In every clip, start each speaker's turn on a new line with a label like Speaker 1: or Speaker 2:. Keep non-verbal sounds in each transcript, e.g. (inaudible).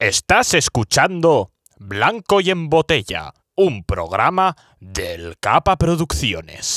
Speaker 1: Estás escuchando Blanco y en Botella, un programa del Capa Producciones.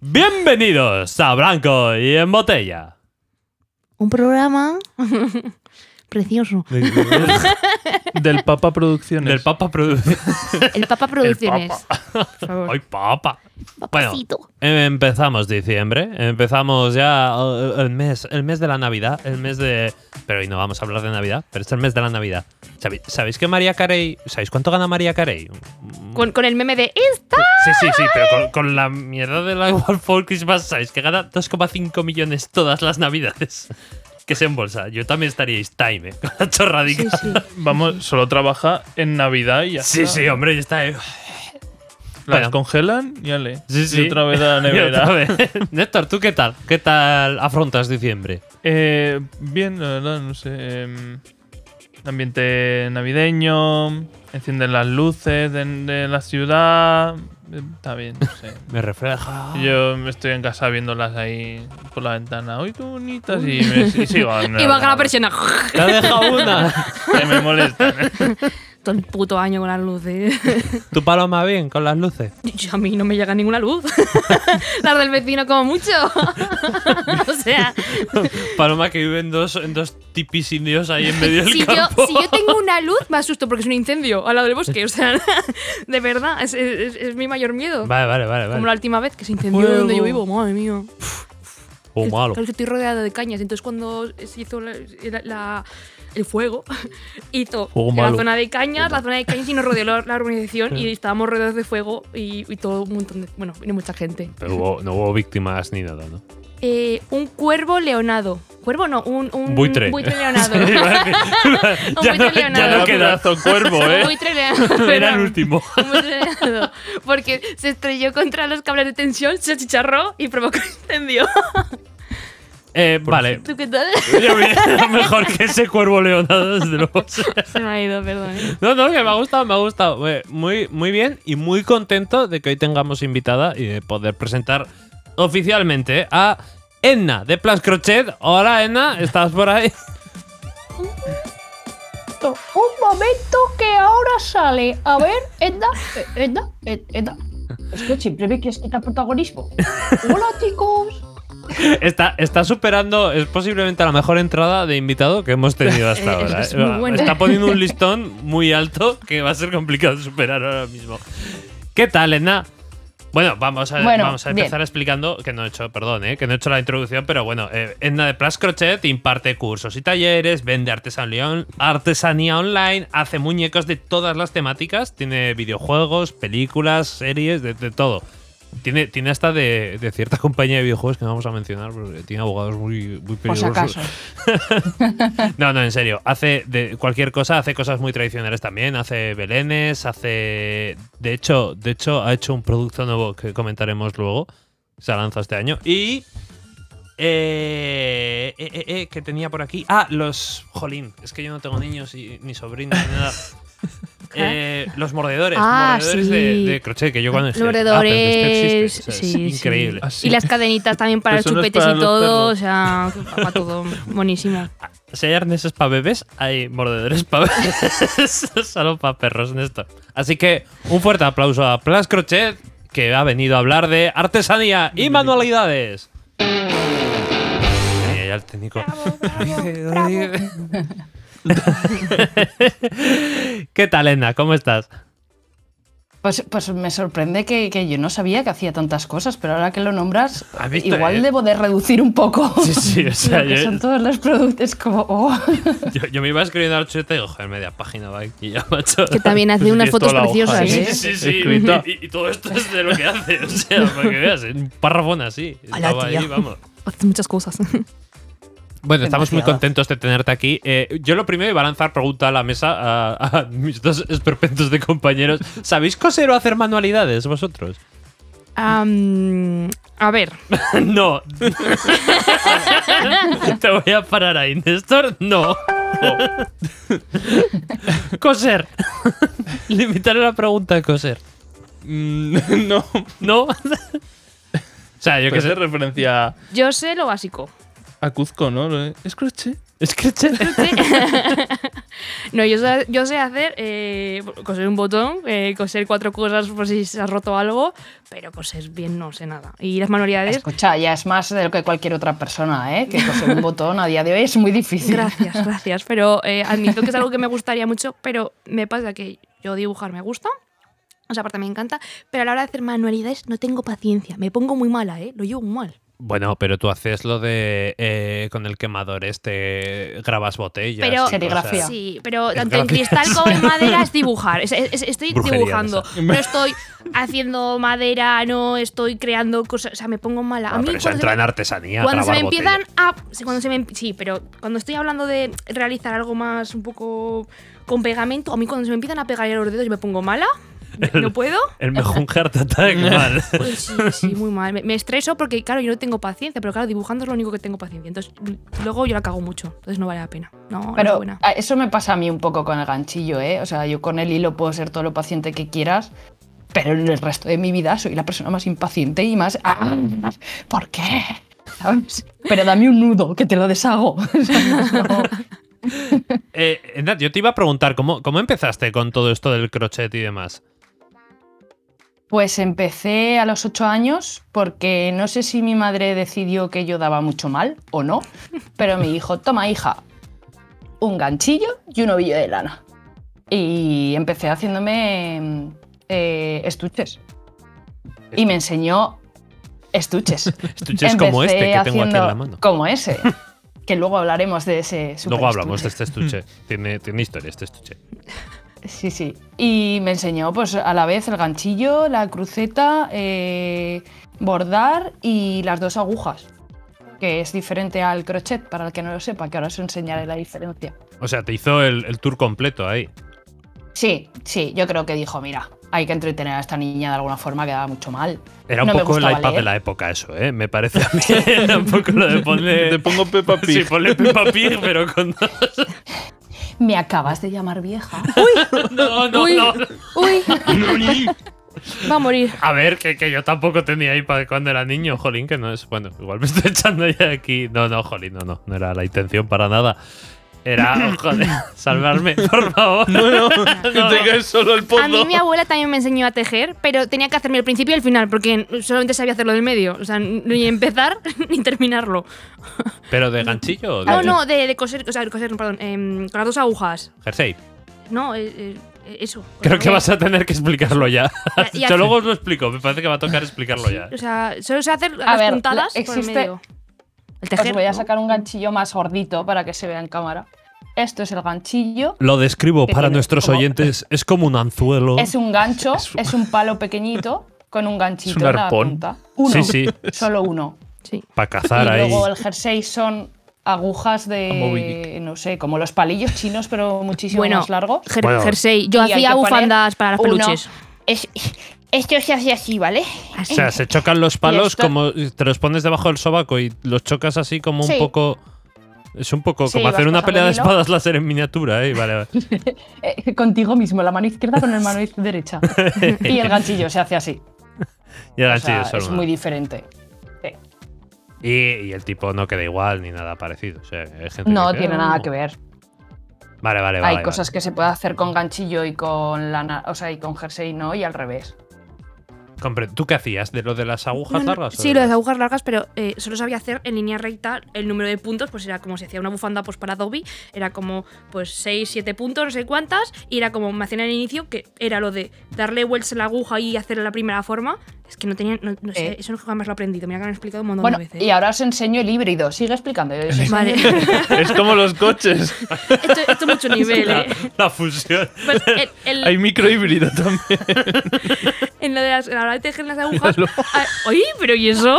Speaker 2: Bienvenidos a Blanco y en Botella.
Speaker 3: Un programa (laughs) precioso.
Speaker 4: Del Papa Producciones.
Speaker 2: Del Papa Producciones.
Speaker 3: El Papa Producciones. Por favor.
Speaker 2: (laughs) ¡Ay, Papa! Bueno,
Speaker 3: Papacito.
Speaker 2: em- empezamos diciembre. Empezamos ya eh, el mes, el mes de la Navidad. El mes de. Pero hoy no vamos a hablar de Navidad, pero es el mes de la Navidad. ¿Sabéis, ¿sabéis que María Carey. ¿Sabéis cuánto gana María Carey? Mm.
Speaker 3: Con, con el meme de esta.
Speaker 2: Sí, sí, sí, pero con, con la mierda de la World for Christmas, ¿sabéis que gana 2,5 millones todas las Navidades? Que se embolsa. Yo también estaríais time, eh, con la chorradica.
Speaker 3: Sí, sí.
Speaker 4: Vamos, solo trabaja en Navidad y ya
Speaker 2: Sí,
Speaker 4: está.
Speaker 2: sí, hombre, ya está. eh.
Speaker 4: Las
Speaker 2: Bueno.
Speaker 4: congelan y ale.
Speaker 2: Sí, sí.
Speaker 4: Y otra vez a la
Speaker 2: (laughs) Y otra
Speaker 4: nevera.
Speaker 2: vez. (laughs) Néstor, ¿tú qué tal? ¿Qué tal afrontas diciembre?
Speaker 4: Eh, bien, la verdad, no sé. em, ambiente navideño. Encienden las luces de, de la ciudad. eh, Está bien, no
Speaker 2: (laughs)
Speaker 4: sé.
Speaker 2: Me refleja.
Speaker 4: Yo estoy en casa viéndolas ahí por la ventana. ¡Uy, qué bonitas! Y, me,
Speaker 2: (laughs)
Speaker 4: y sigo.
Speaker 3: Y baja la persiana. (laughs)
Speaker 2: Te ha dejado (laughs) una.
Speaker 4: Que me molesta.
Speaker 3: Todo el puto año con las luces. (laughs)
Speaker 2: ¿Tu paloma bien con las luces?
Speaker 3: Yo- a mí no me llega ninguna luz. (laughs) las del vecino como mucho. (laughs) o sea,
Speaker 2: (laughs) Paloma que vive en dos, en dos tipis indios ahí en medio del
Speaker 3: si yo,
Speaker 2: campo.
Speaker 3: si yo tengo una luz me asusto porque es un incendio al lado del bosque. O sea, (laughs) de verdad, es, es- es mi mayor miedo.
Speaker 2: Vale, vale, vale.
Speaker 3: Como
Speaker 2: vale.
Speaker 3: la última vez que se incendió
Speaker 2: Fuego.
Speaker 3: donde yo vivo, madre mía.
Speaker 2: Oh,
Speaker 3: Es- (laughs)
Speaker 2: malo.
Speaker 3: Claro, es que estoy rodeada de cañas. Entonces, cuando se hizo la- la- la- el fuego, (laughs) hizo
Speaker 2: Fuego
Speaker 3: la
Speaker 2: malo.
Speaker 3: zona de cañas, la zona de cañas y nos rodeó la, la
Speaker 2: (laughs)
Speaker 3: urbanización y estábamos rodeados de fuego y, y todo un montón de. Bueno, y mucha gente.
Speaker 2: Pero hubo- no hubo víctimas ni nada, ¿no?
Speaker 3: Eh, un cuervo leonado. Cuervo no, un, un
Speaker 2: Buitre. (laughs)
Speaker 3: leonado.
Speaker 2: Sí, vale. (laughs) ya, no,
Speaker 3: buitre
Speaker 2: ya
Speaker 3: leonado.
Speaker 2: no queda.
Speaker 4: pedazo cuervo,
Speaker 3: un
Speaker 4: ¿eh?
Speaker 3: buitre leonado.
Speaker 2: (laughs) Era el último. (laughs)
Speaker 3: Un buitre leonado. Porque se estrelló contra los cables de tensión, se achicharró y provocó un incendio. (laughs)
Speaker 2: Eh, vale.
Speaker 3: ¿Tú
Speaker 2: (laughs)
Speaker 3: qué tal?
Speaker 2: Yo bien, (laughs) mejor que ese cuervo leonado, desde luego. (laughs)
Speaker 3: Se me ha ido, perdón. ¿eh?
Speaker 2: No, no, que me ha gustado, me ha gustado. Eh, Muy, muy bien y muy contento de que hoy tengamos invitada y de poder presentar oficialmente a Enna de Plans Crochet. Hola, Enna, ¿estás por ahí?
Speaker 5: momento, un momento que ahora sale. A ver, Edna, eh, Edna, Ed- Edna. Es que siempre me quieres quitar protagonismo. (laughs) Hola, chicos.
Speaker 2: Está, está superando, es posiblemente la mejor entrada de invitado que hemos tenido hasta
Speaker 3: (laughs) Es-
Speaker 2: ahora.
Speaker 3: es
Speaker 2: eh.
Speaker 3: muy buena.
Speaker 2: Está poniendo
Speaker 3: (laughs)
Speaker 2: un listón muy alto que va a ser complicado de superar ahora mismo. ¿Qué tal, Edna? Bueno, vamos a,
Speaker 5: Bueno,
Speaker 2: vamos a
Speaker 5: bien.
Speaker 2: empezar explicando que no he hecho, perdón, eh, que no he hecho la introducción, pero bueno, eh, Edna de Plas Crochet imparte cursos y talleres, vende artesanía, on- artesanía online, hace muñecos de todas las temáticas, tiene videojuegos, películas, series, de, de todo. Tiene, tiene hasta de, de cierta (laughs) compañía de videojuegos que no vamos a mencionar, porque tiene abogados muy, muy
Speaker 5: Por si
Speaker 2: peligrosos.
Speaker 5: acaso.
Speaker 2: No, no, en serio. Hace de cualquier cosa, hace cosas muy tradicionales también. Hace belenes, hace. De hecho, de hecho, ha hecho un producto nuevo que comentaremos luego. Se ha lanzado este año. Y. Eh, eh, eh, eh, que tenía por aquí. Ah, los. Jolín, es que yo no tengo niños y, ni sobrinos ni
Speaker 3: (laughs)
Speaker 2: nada. Eh, los mordedores,
Speaker 3: Ah,
Speaker 2: mordedores
Speaker 3: sí.
Speaker 2: de, de crochet que yo (laughs) cuando dije, ah, pero
Speaker 3: Mordedores,
Speaker 2: esto existe, o sea,
Speaker 3: sí,
Speaker 2: es
Speaker 3: sí.
Speaker 2: increíble.
Speaker 4: Así.
Speaker 3: Y las cadenitas también para
Speaker 4: (laughs) Pero
Speaker 3: los
Speaker 4: eso
Speaker 3: chupetes
Speaker 4: no es
Speaker 3: y
Speaker 4: para Pues los
Speaker 3: todo,
Speaker 4: perros.
Speaker 3: o
Speaker 4: (laughs)
Speaker 3: sea, para todo. Buenísimo.
Speaker 2: Si hay arneses para bebés, hay mordedores para bebés. Solo para perros, Néstor. Así que un fuerte aplauso a Plas Crochet, que ha venido a hablar de artesanía y manualidades. Ay, ay, al técnico. (laughs)
Speaker 5: (laughs)
Speaker 2: (laughs) ¿Qué tal, Edna? ¿Cómo estás?
Speaker 5: Pues, pues me sorprende que, que yo no sabía que hacía tantas cosas, pero ahora que lo nombras,
Speaker 2: ¿Has visto,
Speaker 5: igual
Speaker 2: eh?
Speaker 5: debo de reducir un poco.
Speaker 2: (laughs) Sí, sí, o sea,
Speaker 5: lo que
Speaker 2: yo-
Speaker 5: son todos los productos es como, oh,
Speaker 2: Yo, yo me iba escribiendo al chute y digo, joder, media página va aquí ya, (laughs) macho.
Speaker 3: Que también hace
Speaker 4: Pues
Speaker 3: unas
Speaker 4: tienes toda
Speaker 3: fotos
Speaker 4: la hoja,
Speaker 3: preciosas,
Speaker 4: ¿eh?
Speaker 2: Sí,
Speaker 3: ¿eh?
Speaker 2: sí, sí. sí.
Speaker 4: Escrita.
Speaker 2: Y, y- y todo esto es de lo que hace. (laughs) O sea, para que veas, un párrafón así.
Speaker 3: Hola,
Speaker 2: Estaba ahí,
Speaker 3: tío.
Speaker 2: vamos.
Speaker 3: Hace muchas cosas.
Speaker 2: Bueno, estamos muy
Speaker 5: Demasiado.
Speaker 2: contentos de tenerte aquí. Eh, yo lo primero iba a lanzar pregunta a la mesa a, a mis dos esperpentos de compañeros. ¿Sabéis coser o hacer manualidades vosotros?
Speaker 3: (laughs) Am, a ver,
Speaker 2: no. (laughs) Te voy a parar ahí, Néstor. No. Oh. (laughs) coser. Limitaré la pregunta a coser.
Speaker 4: Mm, no.
Speaker 2: (laughs) ¿No? o sea, yo
Speaker 4: Que
Speaker 2: qué
Speaker 4: se
Speaker 2: sé.
Speaker 4: referencia a-
Speaker 3: yo sé lo básico.
Speaker 4: a Cuzco, ¿no? Lo de- Es crochet.
Speaker 2: Es que
Speaker 3: No, yo sé, yo sé hacer eh, coser un botón, eh, coser cuatro cosas por si se ha roto algo, pero coser bien no sé nada. Y las manualidades,
Speaker 5: escucha, ya es más de lo que cualquier otra persona, ¿eh? Que coser un botón a día de hoy es muy difícil.
Speaker 3: gracias, gracias. Pero eh, admito que es algo que me gustaría mucho, pero me pasa que yo dibujar me gusta. O sea, aparte me encanta, pero a la hora de hacer manualidades no tengo paciencia. Me pongo muy mala, ¿eh? Lo llevo muy mal.
Speaker 2: Bueno, pero tú haces lo de eh, con el quemador este, grabas botellas.
Speaker 3: Pero-
Speaker 2: y
Speaker 5: Serigrafía.
Speaker 2: cosas.
Speaker 3: Sí, pero
Speaker 2: Es
Speaker 3: tanto en
Speaker 2: gracias.
Speaker 3: cristal
Speaker 2: (laughs)
Speaker 3: como en madera es dibujar. Es- es- es- estoy
Speaker 2: Brujería
Speaker 3: dibujando.
Speaker 2: esa.
Speaker 3: No estoy haciendo madera, no estoy creando cosas. O sea, me pongo mala.
Speaker 2: Ah,
Speaker 3: A mí
Speaker 2: pero eso
Speaker 3: cuando se
Speaker 2: entra
Speaker 3: me-
Speaker 2: en artesanía.
Speaker 3: cuando se me
Speaker 2: grabar botellas.
Speaker 3: empiezan a sí, cuando se me em- sí pero cuando estoy hablando de realizar algo más un poco con pegamento a mí cuando se me empiezan a pegar ya los dedos y me pongo mala no- no puedo
Speaker 2: El mejor heart attack,
Speaker 3: (laughs)
Speaker 2: mal.
Speaker 3: Uy, sí, sí, muy mal. Me, me estreso porque, claro, yo no tengo paciencia, pero claro, dibujando es lo único que tengo paciencia. Entonces, mm, luego yo la cago mucho. Entonces no vale la pena. No, no es
Speaker 5: Pero
Speaker 3: buena.
Speaker 5: a- eso me pasa a mí un poco con el ganchillo, ¿eh? O sea, yo con el hilo puedo ser todo lo paciente que quieras, pero en el resto de mi vida soy la persona más impaciente y más... "Ah, ¿Por qué? ¿Sabes? Pero dame un nudo, que te lo deshago. (laughs) ¿sabes? No.
Speaker 2: Eh, Nat, yo te iba a preguntar, ¿cómo, ¿cómo empezaste con todo esto del crochet y demás?
Speaker 5: Pues empecé a los ocho años porque no sé si mi madre decidió que yo daba mucho mal o no, pero me dijo, toma hija, un ganchillo y un ovillo de lana. Y empecé haciéndome mm, eh, estuches. Y me enseñó
Speaker 2: (laughs)
Speaker 5: estuches.
Speaker 2: Estuches como este
Speaker 5: Empecé
Speaker 2: que tengo aquí en la
Speaker 5: haciendo
Speaker 2: mano.
Speaker 5: Como ese. Que luego hablaremos de ese.
Speaker 2: Luego hablamos de este
Speaker 5: superestuche.
Speaker 2: estuche. (laughs) tiene, tiene historia este estuche.
Speaker 5: Sí, sí. Y me enseñó pues a la vez el ganchillo, la cruceta, eh, bordar y las dos agujas. Que es diferente al crochet, para el que no lo sepa, que ahora os enseñaré la diferencia.
Speaker 2: O sea, te hizo el, el tour completo ahí.
Speaker 5: Sí, sí, yo creo que dijo, mira, hay que entretener a esta niña de alguna forma, quedaba mucho mal.
Speaker 2: Era un
Speaker 5: No me
Speaker 2: poco el
Speaker 5: gustaba
Speaker 2: iPad de
Speaker 5: leer.
Speaker 2: la época eso, ¿eh? Me parece a mí. (laughs) Era un poco lo de
Speaker 4: Te
Speaker 2: poner...
Speaker 4: pongo Peppa
Speaker 2: (laughs) Sí,
Speaker 4: Pig.
Speaker 2: ponle Peppa Pig, pero con (laughs) dos.
Speaker 5: Me acabas de
Speaker 2: (laughs)
Speaker 5: llamar vieja.
Speaker 2: No, no,
Speaker 3: Uy.
Speaker 2: no.
Speaker 3: Uy, va a morir.
Speaker 2: A ver, que, que yo tampoco tenía iPad cuando era niño, jolín, que no es. Bueno, igual me (laughs) estoy echando ya de aquí. No, no, jolín, no, no. No era la intención para nada. Era, oh, joder, (laughs) salvarme, por favor. No, no,
Speaker 4: que te caes solo el
Speaker 3: A mí
Speaker 4: fondo.
Speaker 3: mi abuela también me enseñó a tejer, pero tenía que hacerme el principio y el final, porque solamente sabía hacerlo del medio. O sea, ni empezar (laughs) ni terminarlo.
Speaker 2: Pero de ganchillo
Speaker 5: Ah.
Speaker 2: o de
Speaker 3: No, no, de, de coser, o sea, de coser, no, perdón, em, con las dos agujas.
Speaker 2: jersey.
Speaker 3: No, eh, eh, eso.
Speaker 2: Creo que vas a tener que explicarlo
Speaker 5: (laughs)
Speaker 2: ya.
Speaker 3: Ya- ya-
Speaker 2: Yo luego os lo explico, me parece que va a tocar explicarlo ya.
Speaker 3: O sea, solo se hacer
Speaker 5: A
Speaker 3: las
Speaker 5: ver,
Speaker 3: puntadas
Speaker 5: la-
Speaker 3: por el
Speaker 5: existe-
Speaker 3: medio. El tejer.
Speaker 5: Os voy a
Speaker 3: ¿no?
Speaker 5: sacar un ganchillo más gordito para que se vea en cámara. Esto es el ganchillo.
Speaker 2: Lo describo
Speaker 5: Que para tiene nuestros como-
Speaker 2: oyentes, es como un anzuelo.
Speaker 5: Es un gancho,
Speaker 2: Es
Speaker 5: es,
Speaker 2: un-
Speaker 5: un palo pequeñito con un ganchito
Speaker 4: un
Speaker 5: en la
Speaker 4: arpón.
Speaker 5: punta. Uno.
Speaker 2: Sí, sí.
Speaker 5: Solo uno.
Speaker 3: Sí.
Speaker 2: Para cazar
Speaker 5: y
Speaker 2: ahí.
Speaker 5: luego el jersey son agujas
Speaker 4: Moby
Speaker 5: de no sé, como los palillos chinos, pero muchísimo
Speaker 3: Bueno,
Speaker 5: más largos.
Speaker 3: jer-
Speaker 2: Bueno.
Speaker 3: jersey. Yo
Speaker 5: Y hay
Speaker 3: hacía
Speaker 5: que poner
Speaker 3: bufandas para las
Speaker 5: uno.
Speaker 3: peluches.
Speaker 5: Es- esto se hace así, ¿vale?
Speaker 2: O sea, se chocan
Speaker 5: (laughs)
Speaker 2: los palos
Speaker 5: esto-
Speaker 2: como te los pones debajo del sobaco y los chocas así como un
Speaker 5: Sí.
Speaker 2: poco. Es un poco
Speaker 5: Sí,
Speaker 2: como hacer
Speaker 5: vas
Speaker 2: una
Speaker 5: pasando
Speaker 2: pelea de
Speaker 5: el hilo.
Speaker 2: espadas láser en miniatura, ¿eh? Vale, vale.
Speaker 5: Eh, contigo mismo, la mano izquierda con la (laughs) mano derecha. (laughs) y el ganchillo se hace así.
Speaker 2: (laughs) Y el
Speaker 5: O
Speaker 2: ganchillo
Speaker 5: sea,
Speaker 2: solo
Speaker 5: es
Speaker 2: una.
Speaker 5: muy diferente. Sí.
Speaker 2: y, y el tipo no queda igual ni nada parecido. O sea, hay gente
Speaker 5: No
Speaker 2: que
Speaker 5: tiene nada que ver.
Speaker 2: Vale, vale, vale.
Speaker 5: Hay cosas que se puede hacer con ganchillo y con lana, o sea, y con jersey no, y al revés.
Speaker 2: Compre- ¿Tú qué hacías? ¿De lo de las agujas
Speaker 3: No, no,
Speaker 2: largas? o
Speaker 3: Sí,
Speaker 2: de
Speaker 3: lo de
Speaker 2: las-
Speaker 3: las agujas largas, pero eh, solo sabía hacer en línea recta el número de puntos, pues era como si hacía una bufanda pues para Adobe, era como pues 6, 7 puntos, no sé cuántas, y era como me hacían al inicio, que era lo de darle vueltas a la aguja y hacer la primera forma. Es que no tenía, no, no sé,
Speaker 5: Eh.
Speaker 3: eso jamás lo he aprendido, mira que me han explicado un montón
Speaker 5: Bueno,
Speaker 3: de veces.
Speaker 5: y ahora os enseño el híbrido. Sigue explicando. yo os enseño (laughs)
Speaker 3: Vale,
Speaker 5: el
Speaker 3: esto,
Speaker 4: Es como los coches.
Speaker 3: esto es mucho nivel,
Speaker 2: La,
Speaker 3: ¿eh?
Speaker 2: la fusión.
Speaker 3: Pues el- el-
Speaker 4: Hay microhíbrido también.
Speaker 3: en lo de las, a la hora de tejer las agujas. ah, ¡Oye, pero ¿y
Speaker 2: (laughs)
Speaker 3: eso?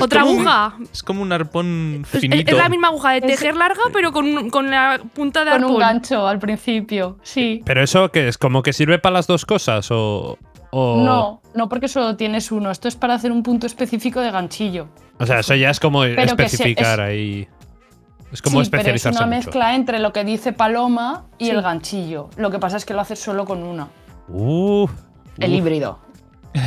Speaker 3: ¿Otra
Speaker 4: como un
Speaker 3: aguja?
Speaker 4: Es como un arpón
Speaker 3: Es,
Speaker 4: finito.
Speaker 3: es la misma aguja de
Speaker 5: Es-
Speaker 3: tejer larga, pero con, un- con la punta de
Speaker 5: Con un
Speaker 3: arpón.
Speaker 5: gancho al principio, sí.
Speaker 2: ¿Pero eso qué es? ¿Como que sirve para las dos cosas? ¿O.? o-
Speaker 5: No, no porque solo tienes uno. Esto es para hacer un punto específico de ganchillo.
Speaker 2: O sea, eso ya es como
Speaker 5: Pero que se-
Speaker 2: especificar
Speaker 5: es-
Speaker 2: ahí. Es como
Speaker 5: sí, pero es
Speaker 2: especializarse
Speaker 5: una
Speaker 2: mucho.
Speaker 5: mezcla entre lo que dice Paloma y
Speaker 3: Sí.
Speaker 5: el ganchillo. Lo que pasa es que lo haces solo con una.
Speaker 2: Uh,
Speaker 5: El
Speaker 2: uh.
Speaker 5: híbrido.
Speaker 2: Yo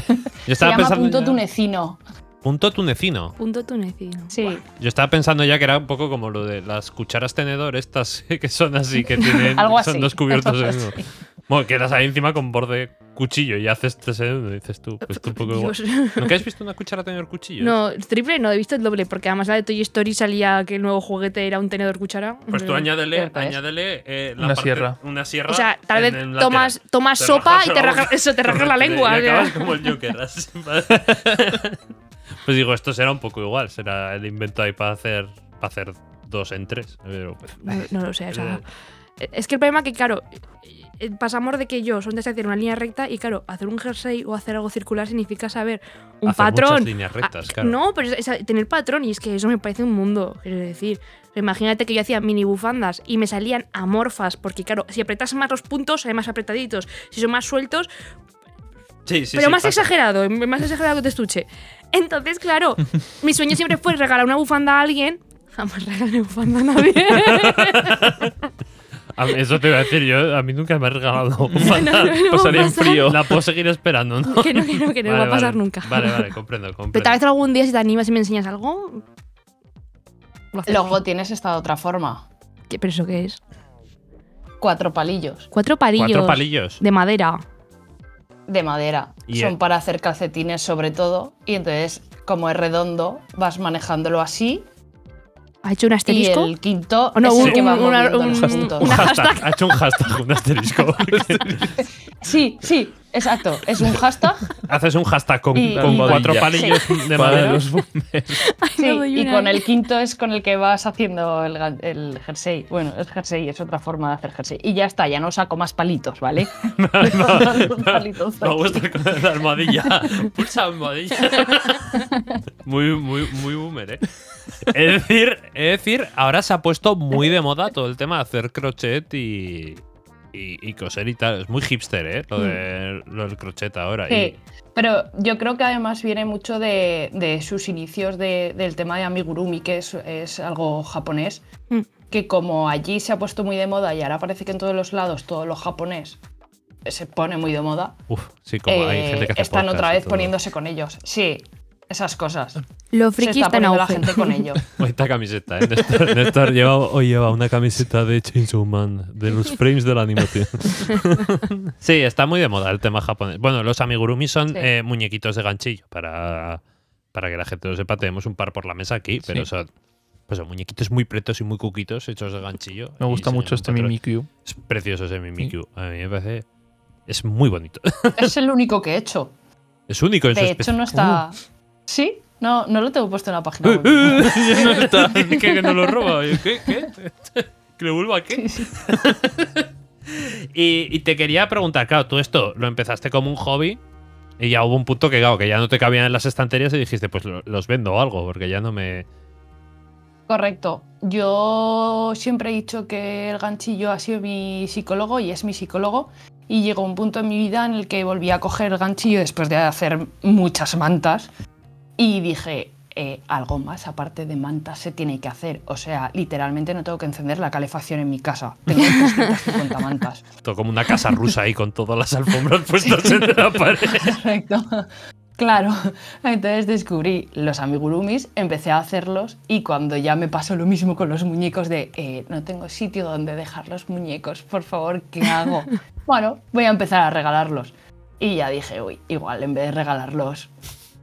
Speaker 5: Se
Speaker 2: estaba
Speaker 5: llama
Speaker 2: pensando
Speaker 5: punto
Speaker 2: ya-
Speaker 5: tunecino.
Speaker 2: Punto tunecino.
Speaker 3: Punto tunecino.
Speaker 5: Sí.
Speaker 2: Yo estaba pensando ya que era un poco como lo de las cucharas tenedor, estas (laughs) que son así, que
Speaker 3: (laughs)
Speaker 2: tienen,
Speaker 5: Algo así.
Speaker 2: son dos cubiertos en
Speaker 5: Sí.
Speaker 2: uno. Bueno, que las hay encima con borde cuchillo y haces este segundo, dices tú, pues tú un poco igual.
Speaker 3: Dios. (laughs)
Speaker 2: ¿Nunca has visto una cuchara tenedor cuchillo?
Speaker 3: No, triple no, he visto el doble, porque además la de Toy Story salía que el nuevo juguete era un tenedor cuchara.
Speaker 2: Pues tú añádele,
Speaker 5: Mm, Cierto es.
Speaker 2: añádele eh, la
Speaker 4: Una
Speaker 2: parte-
Speaker 4: sierra.
Speaker 2: Una sierra.
Speaker 3: O sea, tal
Speaker 2: en
Speaker 3: vez
Speaker 2: el
Speaker 3: tomas,
Speaker 2: lateral.
Speaker 3: tomas
Speaker 2: Te
Speaker 3: sopa
Speaker 2: rajas
Speaker 3: y te
Speaker 2: la
Speaker 3: rajas,
Speaker 2: boca.
Speaker 3: eso te rajas la
Speaker 2: Correcto, (laughs)
Speaker 3: lengua.
Speaker 2: Y
Speaker 3: o sea.
Speaker 2: acabas
Speaker 3: (laughs)
Speaker 2: como el Joker. así. pues digo, esto será un poco igual. Será el invento ahí para hacer, para hacer dos en tres. Pero, pues,
Speaker 3: No, no lo sé, o sea,
Speaker 2: Verdad.
Speaker 3: es que el problema que, claro, eh, pasamos de que yo son de hacer una línea recta y, claro, hacer un jersey o hacer algo circular significa saber un
Speaker 2: hacer
Speaker 3: patrón.
Speaker 2: Muchas líneas rectas,
Speaker 3: Ah,
Speaker 2: claro.
Speaker 3: No, pero es- es tener patrón y es que eso me parece un mundo, quiero decir. Imagínate que yo hacía mini bufandas y me salían amorfas, porque claro, si apretas más los puntos, hay más apretaditos. Si son más sueltos,
Speaker 2: Sí, sí,
Speaker 3: pero
Speaker 2: sí,
Speaker 3: más
Speaker 2: pasa.
Speaker 3: exagerado, más exagerado que te estuche.
Speaker 2: (laughs)
Speaker 3: Entonces, claro, mi sueño siempre fue regalar una bufanda a alguien. Jamás regalé bufanda
Speaker 2: (laughs)
Speaker 3: a nadie.
Speaker 2: A mí- Eso te iba a decir yo. A mí nunca me ha
Speaker 3: (laughs)
Speaker 2: regalado.
Speaker 3: no, no va a
Speaker 2: pasaría en
Speaker 3: pasar.
Speaker 2: frío. La puedo seguir esperando, (laughs) ¿no?
Speaker 3: que no, que no, que no
Speaker 2: Vale,
Speaker 3: va a pasar
Speaker 2: vale.
Speaker 3: nunca.
Speaker 2: Vale, vale,
Speaker 3: (laughs)
Speaker 2: comprendo, comprendo.
Speaker 3: Pero tal vez algún día si te animas y me enseñas algo. lo hacemos.
Speaker 5: (laughs) Luego tienes esta otra forma.
Speaker 3: ¿Qué- ¿Pero eso qué es?
Speaker 5: Cuatro palillos
Speaker 3: Cuatro palillos.
Speaker 2: Cuatro palillos.
Speaker 3: De madera.
Speaker 5: de madera.
Speaker 2: Y
Speaker 5: Son
Speaker 2: el-
Speaker 5: para hacer calcetines sobre todo. Y entonces, como es redondo, vas manejándolo así.
Speaker 3: ¿Ha hecho un
Speaker 5: Y
Speaker 3: asterisco?
Speaker 5: el quinto
Speaker 3: Oh, no,
Speaker 5: es el
Speaker 3: un-
Speaker 5: que va
Speaker 3: un- una-
Speaker 5: moviendo los
Speaker 3: un-
Speaker 5: puntos.
Speaker 2: Un hashtag. Ha hecho un hashtag, un asterisco.
Speaker 3: (laughs)
Speaker 5: Sí, sí, exacto. Es un hashtag.
Speaker 2: Haces un hashtag con,
Speaker 5: Y-
Speaker 2: con
Speaker 5: y-
Speaker 2: cuatro
Speaker 4: Sí.
Speaker 2: palillos de
Speaker 4: Para
Speaker 2: madera.
Speaker 4: los
Speaker 2: (laughs)
Speaker 4: bomberos.
Speaker 5: sí,
Speaker 3: no doy
Speaker 5: y
Speaker 3: una.
Speaker 5: con el quinto es con el que vas haciendo el, gan- el jersey. Bueno, el jersey es otra forma de hacer jersey. Y ya está, ya no saco más palitos, ¿vale? Los palitos.
Speaker 2: Me gusta con la almohadilla. (laughs) Pulsa almohadilla.
Speaker 5: (laughs)
Speaker 2: Muy, muy, muy boomer, ¿eh? Es decir, es decir, ahora se ha puesto muy de moda todo el tema de hacer crochet y, y, y coser y tal. Es muy hipster, ¿eh? Lo, de, lo del crochet ahora.
Speaker 5: Mm. Sí, pero yo creo que además viene mucho de, de sus inicios de- del tema de amigurumi, que es, es algo japonés,
Speaker 3: Mm.
Speaker 5: que como allí se ha puesto muy de moda y ahora parece que en todos los lados todo lo japonés se pone muy de moda,
Speaker 2: Y, uf, sí, como hay
Speaker 5: eh,
Speaker 2: gente que hace
Speaker 5: están
Speaker 2: podcast
Speaker 5: otra
Speaker 2: y
Speaker 5: vez
Speaker 2: todo.
Speaker 5: poniéndose con ellos. Sí, esas cosas.
Speaker 3: Lo
Speaker 5: Se
Speaker 3: friki
Speaker 5: está
Speaker 3: está en
Speaker 5: poniendo la
Speaker 3: auge.
Speaker 5: gente con
Speaker 2: (laughs)
Speaker 5: ellos.
Speaker 2: Hoy Esta camiseta, ¿eh? Néstor, Néstor lleva, hoy lleva una camiseta de Chainsaw Man, de los frames de la animación. sí, está muy de moda el tema japonés. Bueno, los amigurumi son
Speaker 5: Sí.
Speaker 2: eh, muñequitos de ganchillo, para, para que la gente lo sepa. Tenemos un par por la mesa aquí, pero
Speaker 4: Sí.
Speaker 2: son, pues son muñequitos muy pretos y muy cuquitos hechos de ganchillo.
Speaker 4: Me
Speaker 2: y
Speaker 4: gusta
Speaker 2: se
Speaker 4: mucho este
Speaker 2: llaman patrón.
Speaker 4: Mimikyu.
Speaker 2: Es precioso ese Mimikyu. A mí me parece... Es muy bonito.
Speaker 5: (laughs)
Speaker 2: (laughs)
Speaker 5: Es el único que he hecho.
Speaker 2: Pues Es único en su
Speaker 5: De
Speaker 2: especie.
Speaker 5: hecho, no está. ¿Sí? No, no lo tengo puesto en la página web.
Speaker 2: (laughs) (laughs) Ya no está. que, que no lo roba. Yo, ¿Qué? ¿Qué? ¿Que le vuelva a qué? y, y te quería preguntar, claro, tú esto lo empezaste como un hobby y ya hubo un punto que, claro, que ya no te cabían en las estanterías y dijiste, pues lo- los vendo o algo, porque ya no me.
Speaker 5: Correcto. Yo siempre he dicho que el ganchillo ha sido mi psicólogo y es mi psicólogo. Y llegó un punto en mi vida en el que volví a coger el ganchillo después de hacer muchas mantas. Y dije, eh, algo más aparte de mantas se tiene que hacer. O sea, literalmente no tengo que encender la calefacción en mi casa. Tengo 350 mantas.
Speaker 2: Todo como una casa rusa ahí con todas las
Speaker 5: (laughs)
Speaker 2: alfombras puestas en la pared.
Speaker 5: Correcto. Claro, entonces descubrí los amigurumis, empecé a hacerlos y cuando ya me pasó lo mismo con los muñecos de eh, no tengo sitio donde dejar los muñecos, por favor, ¿qué hago? bueno, voy a empezar a regalarlos. Y ya dije, uy, igual en vez de regalarlos.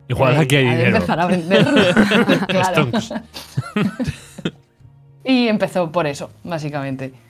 Speaker 2: Igual
Speaker 5: eh,
Speaker 2: aquí hay
Speaker 5: de
Speaker 2: dinero.
Speaker 5: (laughs) empezar
Speaker 2: (laughs)
Speaker 5: a venderlos. claro.
Speaker 2: Stonks.
Speaker 5: Y empezó por eso, básicamente.
Speaker 2: Pues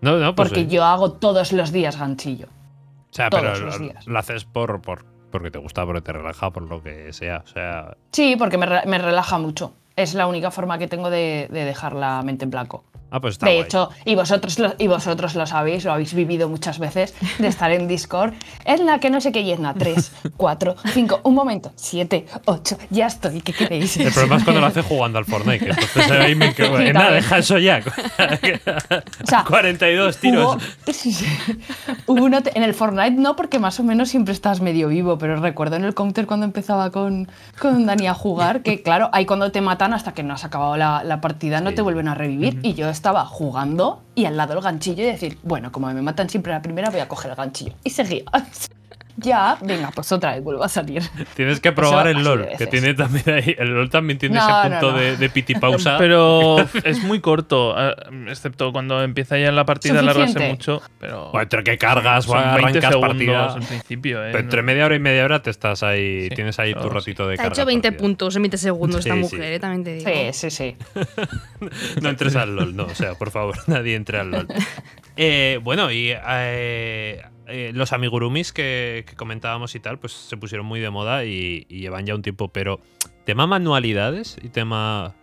Speaker 2: No, no, pues
Speaker 5: Porque
Speaker 2: sí.
Speaker 5: yo hago todos los días ganchillo.
Speaker 2: O sea,
Speaker 5: todos
Speaker 2: pero
Speaker 5: los
Speaker 2: lo,
Speaker 5: días.
Speaker 2: lo haces por, por porque te gusta, porque te relaja, por lo que sea. O sea,
Speaker 5: Sí, porque me, re- me relaja mucho. Es la única forma que tengo de, de dejar la mente en blanco.
Speaker 2: ah, pues está
Speaker 5: de
Speaker 2: guay.
Speaker 5: hecho, y vosotros, lo, y vosotros lo sabéis, lo habéis vivido muchas veces, de estar en Discord. Edna, que no sé qué, y Edna, 3, 4, 5, un momento, 7, 8, ya estoy, ¿qué queréis?
Speaker 2: El problema es cuando lo haces jugando al Fortnite. que
Speaker 5: (laughs)
Speaker 2: Entonces ahí me quedo.
Speaker 5: Sí,
Speaker 2: eh, Nada,
Speaker 5: también.
Speaker 2: deja eso ya. (laughs)
Speaker 5: O sea,
Speaker 2: 42
Speaker 5: Hubo-
Speaker 2: tiros.
Speaker 5: sí, sí. (laughs) Hubo una te- en el Fortnite no, porque más o menos siempre estás medio vivo, pero recuerdo en el counter cuando empezaba con, con Dani a jugar, que claro, ahí cuando te matan hasta que no has acabado la, la partida no
Speaker 2: Sí.
Speaker 5: te vuelven a revivir. Y yo estaba jugando y al lado el ganchillo y decir, bueno, como me matan siempre a la primera, voy a coger el ganchillo. Y seguía. (laughs) ya, venga, pues otra vez vuelvo a salir.
Speaker 2: Tienes que probar el
Speaker 5: Eso así de
Speaker 2: LOL, que
Speaker 5: veces.
Speaker 2: tiene también ahí. El LOL también tiene
Speaker 5: No,
Speaker 2: ese
Speaker 5: no,
Speaker 2: punto
Speaker 5: no.
Speaker 2: de, de piti pausa. (laughs)
Speaker 4: (laughs) Pero es muy corto, eh, excepto cuando empieza ya la partida a alargarse
Speaker 5: Suficiente.
Speaker 4: mucho. Pero
Speaker 2: O entre que cargas, o
Speaker 4: son 20
Speaker 2: arrancas
Speaker 4: segundos
Speaker 2: partida.
Speaker 4: al principio, ¿eh?
Speaker 2: Entre media hora y media hora te estás ahí,
Speaker 4: Sí,
Speaker 2: tienes ahí tu
Speaker 4: claro, sí.
Speaker 2: ratito de
Speaker 3: Te
Speaker 2: carga.
Speaker 3: ha hecho 20
Speaker 2: partida.
Speaker 3: puntos en 20 segundos
Speaker 2: Sí,
Speaker 3: esta
Speaker 2: sí.
Speaker 3: mujer, eh, también te digo.
Speaker 5: Sí, sí, sí.
Speaker 2: No entres al LOL, no, o sea, por favor, (laughs) nadie entre al LOL. Eh, bueno, y eh, eh, los amigurumis que, que comentábamos y tal, pues se pusieron muy de moda y, y llevan ya un tiempo, pero tema manualidades y tema...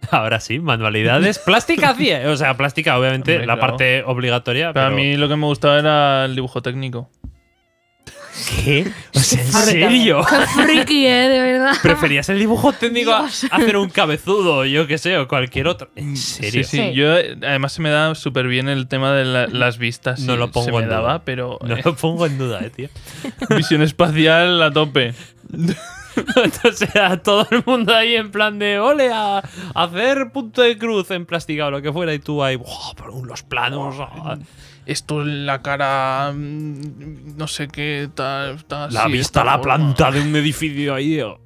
Speaker 2: (laughs) Ahora sí,
Speaker 4: (laughs)
Speaker 2: manualidades. Plástica 10. O sea, plástica, obviamente,
Speaker 4: Hombre,
Speaker 2: la
Speaker 4: claro.
Speaker 2: parte obligatoria.
Speaker 4: Pero a
Speaker 2: pero-
Speaker 4: mí lo que me gustaba era el dibujo técnico.
Speaker 2: ¿Qué? O sea, ¿En
Speaker 5: Ábrete,
Speaker 4: (laughs)
Speaker 5: ábrete.
Speaker 2: serio?
Speaker 3: Qué (laughs) friki, eh, de
Speaker 5: (laughs)
Speaker 3: verdad.
Speaker 2: ¿Preferías el dibujo técnico a a hacer un cabezudo, yo qué sé, o cualquier otro? ¿En
Speaker 4: Sí,
Speaker 2: serio?
Speaker 4: sí,
Speaker 5: Sí.
Speaker 4: Yo, eh, además se me da súper bien el tema de la- las vistas.
Speaker 2: No
Speaker 4: sí,
Speaker 2: lo pongo
Speaker 4: se me
Speaker 2: en duda.
Speaker 4: daba, pero
Speaker 2: No
Speaker 4: eh,
Speaker 2: lo pongo en duda, eh, tío.
Speaker 4: (laughs) visión espacial a tope.
Speaker 2: (laughs) Entonces a todo el mundo ahí en plan de ole a a hacer punto de cruz en plástica o lo que fuera y tú ahí "Buah, pero los planos ah".
Speaker 4: Esto en la cara, mm, no sé qué, tal, tal,
Speaker 2: la
Speaker 4: sí,
Speaker 2: vista a
Speaker 4: esta
Speaker 2: la
Speaker 4: forma.
Speaker 2: planta de un edificio ahí digo,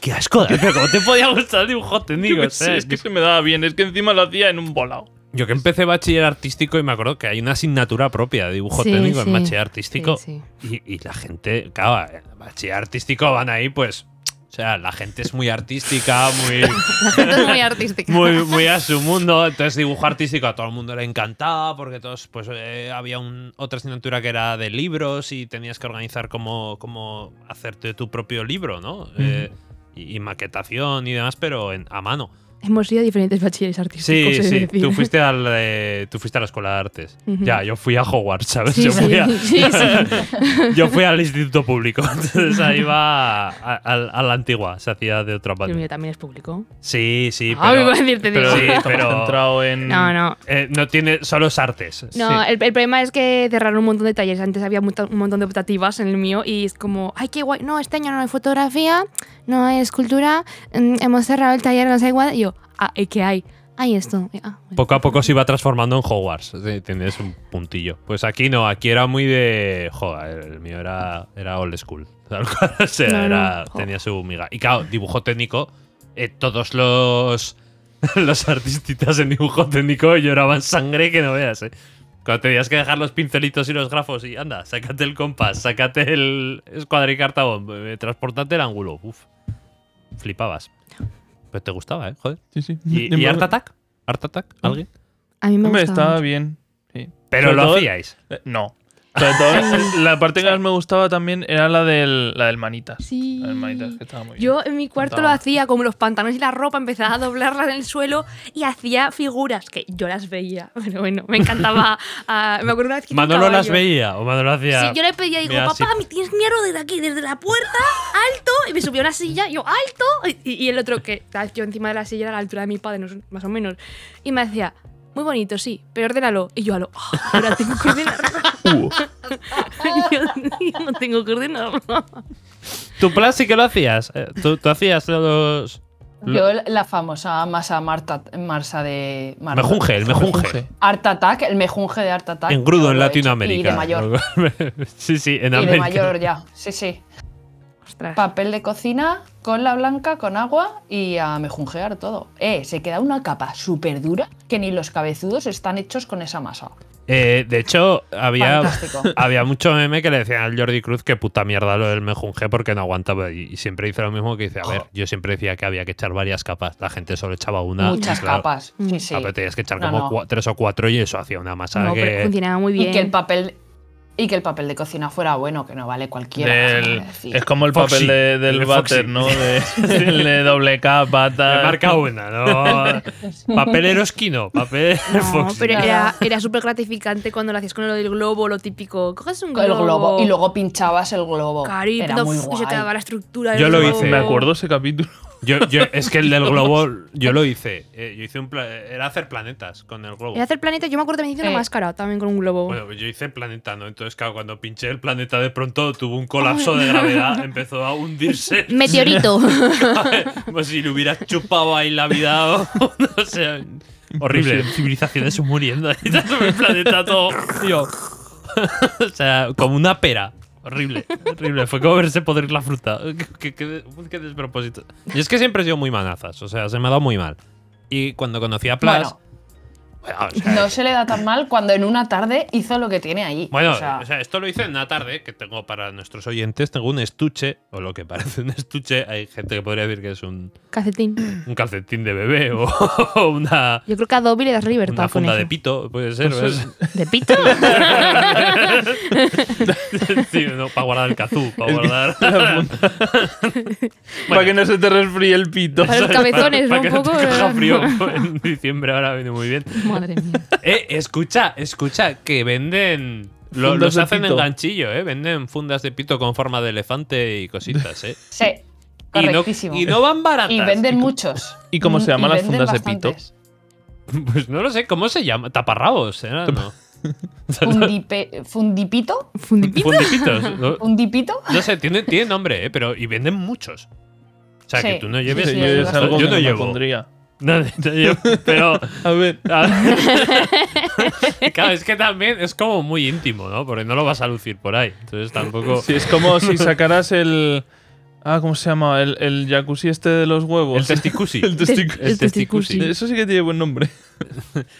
Speaker 2: qué asco ¿eh? (laughs) pero cómo te podía gustar el dibujo
Speaker 4: Yo
Speaker 2: técnico eh?
Speaker 4: qué
Speaker 2: O sea,
Speaker 4: sé, es que se me daba bien, es que encima lo hacía en un volado.
Speaker 2: yo que empecé bachiller artístico y me acuerdo que hay una asignatura propia de dibujo
Speaker 3: Sí,
Speaker 2: técnico
Speaker 3: sí.
Speaker 2: en bachiller artístico
Speaker 3: Sí,
Speaker 2: Y, y la gente, claro, en bachiller artístico van ahí pues o sea, la gente es muy artística,
Speaker 3: (laughs)
Speaker 2: muy
Speaker 3: Esto es muy artístico. (laughs)
Speaker 2: muy, muy a su mundo. Entonces, dibujo artístico a todo el mundo le encantaba porque todos, pues, eh, había un- otra asignatura que era de libros y tenías que organizar cómo, cómo hacerte tu propio libro, ¿no? Eh, y, y maquetación y demás, pero en- a mano.
Speaker 3: Hemos ido a diferentes bachilleres
Speaker 2: Sí,
Speaker 3: artísticos. he de
Speaker 2: sí.
Speaker 3: decir.
Speaker 2: Tú fuiste, al, eh, tú fuiste a la escuela de artes.
Speaker 3: Ujú.
Speaker 2: Ya, yo fui a Hogwarts, ¿sabes?
Speaker 3: (laughs) Sí,
Speaker 2: yo,
Speaker 3: sí,
Speaker 2: fui a- (laughs)
Speaker 3: sí, sí.
Speaker 2: yo fui
Speaker 3: (laughs)
Speaker 2: al instituto público. Entonces ahí va a, a- a la antigua, se hacía de otra
Speaker 3: El mío
Speaker 2: manera.
Speaker 3: también es público.
Speaker 2: Sí, sí,
Speaker 3: ah, me
Speaker 2: pero.
Speaker 3: iba a decirte, digo.
Speaker 2: pero sí,
Speaker 4: estamos
Speaker 2: pero-
Speaker 4: centrado en...
Speaker 3: No, no.
Speaker 2: eh, no tiene solo es artes.
Speaker 3: No, el, el problema es que cerraron un montón de talleres. Antes había mucho- un montón de optativas en el mío y es como, ay, qué guay. No, este año no hay fotografía, no hay escultura, mm, hemos cerrado el taller, no sé igual. Y yo, ah, ¿y qué hay? Hay esto. Y, ah, bueno.
Speaker 2: poco a poco se iba transformando en Hogwarts. sí, Tienes un puntillo. Pues aquí no, aquí era muy de. Joder, el mío era, era old school. (laughs) tal cual, o sea,
Speaker 3: No, no,
Speaker 2: era-
Speaker 3: jo.
Speaker 2: tenía su miga. Y claro, dibujo técnico, eh, todos los, (laughs) los artistitas en dibujo técnico lloraban sangre que no veas, eh. Cuando tenías que dejar los pincelitos y los grafos y anda, sácate el compás, sácate el escuadricartabón, eh, transportate el ángulo. Uf, flipabas. Pero te gustaba, ¿eh? Joder.
Speaker 4: Sí, sí.
Speaker 2: ¿Y, y Art Attack? ¿Art Attack? ¿Alguien?
Speaker 3: A mí me
Speaker 4: Hombre,
Speaker 3: gustaba
Speaker 4: estaba
Speaker 3: mucho.
Speaker 4: bien. sí.
Speaker 2: Pero
Speaker 4: Sobre
Speaker 2: lo
Speaker 4: todo-
Speaker 2: hacíais.
Speaker 4: Eh, No. Sobre todo, la parte que más me gustaba también era la del, la del manitas.
Speaker 3: Sí.
Speaker 4: La del manitas, que estaba muy bien.
Speaker 3: Yo en mi cuarto lo
Speaker 4: Contaba.
Speaker 3: hacía como los pantalones y la ropa, empezaba a doblarla en el suelo y hacía figuras que yo las veía. (laughs) Pero bueno,
Speaker 2: (laughs)
Speaker 3: me encantaba. ah, me acuerdo una vez que hice un
Speaker 2: Manolo las
Speaker 3: caballo.
Speaker 2: veía o Manolo hacía.
Speaker 3: Sí, yo le pedía, digo,
Speaker 2: Mira,
Speaker 3: papá,
Speaker 2: sí.
Speaker 3: me tienes miedo desde aquí, desde la puerta, alto. Y me subió a una silla, yo, alto. Y, y el otro, que ¿sabes? yo encima de la silla era a la altura de mi padre, no sé, más o menos. Y me decía, muy bonito, sí, pero ordénalo. Y yo, a lo, "Ah, ahora tengo
Speaker 2: (laughs)
Speaker 3: que ordenarlo.
Speaker 2: Uh.
Speaker 3: (laughs) yo, no tengo que ordenarlo.
Speaker 2: ¿Tú Plas sí que lo hacías? Eh, ¿Tú, tú hacías los.
Speaker 5: Yo la- la famosa masa Marta, Marsa de... Marta.
Speaker 2: Mejunge, el mejunje.
Speaker 4: Mejunje.
Speaker 5: Art Attack, el mejunje de Art Attack.
Speaker 2: Engrudo
Speaker 5: yo
Speaker 2: en
Speaker 5: lo he hecho.
Speaker 2: Latinoamérica.
Speaker 5: Y de mayor.
Speaker 2: (laughs) sí, sí, en
Speaker 5: Y
Speaker 2: América.
Speaker 5: de mayor ya, sí, sí.
Speaker 3: Ostras.
Speaker 5: Papel de cocina, cola blanca, con agua y a mejunjear todo. Eh, se queda una capa súper dura que ni los cabezudos están hechos con esa masa.
Speaker 2: Eh, de hecho, había, (laughs)
Speaker 5: Fantástico.
Speaker 2: había mucho meme que le decían al Jordi Cruz que puta mierda lo del mejunje porque no aguantaba. Y, y siempre dice lo mismo que dice, a ver, yo siempre decía que había que echar varias capas. La gente solo echaba una. y
Speaker 5: Muchas
Speaker 2: claro,
Speaker 5: capas. Sí, sí.
Speaker 2: ah, pero tenías que echar
Speaker 5: No,
Speaker 2: como
Speaker 5: no.
Speaker 2: cua- tres o cuatro y eso hacía una masa
Speaker 3: No, pero
Speaker 2: que...
Speaker 3: funcionaba muy bien.
Speaker 5: Y que el papel. Y que el papel de cocina fuera bueno, que no vale cualquiera.
Speaker 4: Del-
Speaker 5: es decir.
Speaker 4: es como el
Speaker 2: Foxy.
Speaker 4: papel de-
Speaker 2: El
Speaker 4: del
Speaker 2: de
Speaker 4: váter,
Speaker 2: Foxy. (laughs)
Speaker 4: ¿no? De, el de doble capa, tal.
Speaker 2: Me marca una, ¿no? papel Eroski no, papel
Speaker 3: (laughs) No,
Speaker 2: Foxy.
Speaker 3: pero
Speaker 5: Claro.
Speaker 3: era, era súper gratificante cuando lo hacías con lo del globo, lo típico. Coges un
Speaker 5: el
Speaker 3: globo.
Speaker 5: globo. Y luego pinchabas el globo.
Speaker 3: claro, y
Speaker 5: Era
Speaker 3: no,
Speaker 5: muy
Speaker 3: y se te
Speaker 5: guay.
Speaker 3: daba la estructura. del
Speaker 2: Yo lo
Speaker 3: globo.
Speaker 2: hice.
Speaker 4: Me acuerdo ese capítulo.
Speaker 2: Yo, yo- es que el del globo, yo lo hice. Eh, yo hice un pla- era hacer planetas con el globo.
Speaker 3: Era hacer planeta, yo me acuerdo que me hice una
Speaker 5: Eh.
Speaker 3: máscara también con un globo.
Speaker 2: Bueno, yo hice planeta, ¿no? Entonces, claro, cuando pinché el planeta de pronto tuvo un colapso
Speaker 3: (laughs)
Speaker 2: de gravedad, empezó a hundirse. (laughs)
Speaker 3: Meteorito. (laughs)
Speaker 2: Como pues si le hubiera chupado ahí la vida. (laughs) O, no sé. Horrible. Civilizaciones (laughs) muriendo. ahí está sobre el planeta todo. Yo. (laughs) o sea, como una pera. Horrible, horrible. Fue como verse podrir la fruta. Qué, qué- qué despropósito. Y es que siempre he sido muy manazas. O sea, se me ha dado muy mal. Y cuando conocí a Plas.
Speaker 5: Bueno,
Speaker 2: Bueno, o sea,
Speaker 5: no se le da tan mal cuando en una tarde hizo lo que tiene allí.
Speaker 2: Bueno,
Speaker 5: o sea,
Speaker 2: esto lo hice en una tarde que tengo para nuestros oyentes. Tengo un estuche, o lo que parece un estuche. Hay gente que podría decir que es un,
Speaker 3: Calcetín.
Speaker 2: un calcetín de bebé o, (laughs) o una,
Speaker 3: Yo creo que a Adobe le das libertad
Speaker 2: una
Speaker 3: con
Speaker 2: funda
Speaker 3: eso.
Speaker 2: de pito, puede ser. ¿ves? (laughs)
Speaker 3: ¿De pito?
Speaker 2: Sí, no, para guardar el cazú, para guardar. (laughs)
Speaker 4: Para que no se te resfríe el pito.
Speaker 3: Para los cabezones,
Speaker 2: Para
Speaker 3: ¿no? Un
Speaker 2: que no te
Speaker 3: poco.
Speaker 2: coja
Speaker 3: ¿verdad?
Speaker 2: frío. En diciembre ahora viene muy bien.
Speaker 3: (laughs) Madre mía.
Speaker 2: Eh, escucha, escucha, que venden. lo-
Speaker 4: Fundas
Speaker 2: los
Speaker 4: de
Speaker 2: hacen en
Speaker 4: pito.
Speaker 2: ganchillo, ¿eh? Venden fundas de pito con forma de elefante y cositas, ¿eh?
Speaker 5: sí,
Speaker 2: Y no,
Speaker 5: correctísimo.
Speaker 2: y no van baratas.
Speaker 5: Y venden muchos.
Speaker 4: ¿Y cómo se
Speaker 5: Mm,
Speaker 4: llaman
Speaker 5: y
Speaker 4: las
Speaker 5: venden
Speaker 4: fundas de
Speaker 2: (laughs)
Speaker 4: pito?
Speaker 5: bastantes.
Speaker 2: Pues no lo sé, ¿cómo se llama? Taparrabos, ¿era? ¿no?
Speaker 5: Fundipe- ¿Fundipito?
Speaker 3: Fundipito.
Speaker 2: Fundipitos.
Speaker 5: (laughs)
Speaker 2: No,
Speaker 5: ¿Fundipito?
Speaker 2: no sé, tiene, tiene nombre, ¿eh? Pero, y venden muchos. O sea,
Speaker 5: Sí.
Speaker 2: que tú no
Speaker 5: Sí,
Speaker 2: lleves.
Speaker 5: sí,
Speaker 4: yo
Speaker 5: sí,
Speaker 4: es
Speaker 5: bastante.
Speaker 4: algo
Speaker 2: yo
Speaker 4: que
Speaker 2: no
Speaker 4: no me
Speaker 2: llevo.
Speaker 4: pondría.
Speaker 2: No, no llevo, pero.
Speaker 4: A ver,
Speaker 2: Ah. (laughs) Claro, es que también es como muy íntimo, ¿no? Porque no lo vas a lucir por ahí. Entonces tampoco.
Speaker 4: sí, es como si sacaras el. Ah, ¿cómo se llama? El, el jacuzzi este de los huevos.
Speaker 2: El testicusi.
Speaker 4: (laughs) El testicusi.
Speaker 3: (laughs) El testicusi.
Speaker 4: Eso sí que tiene buen nombre.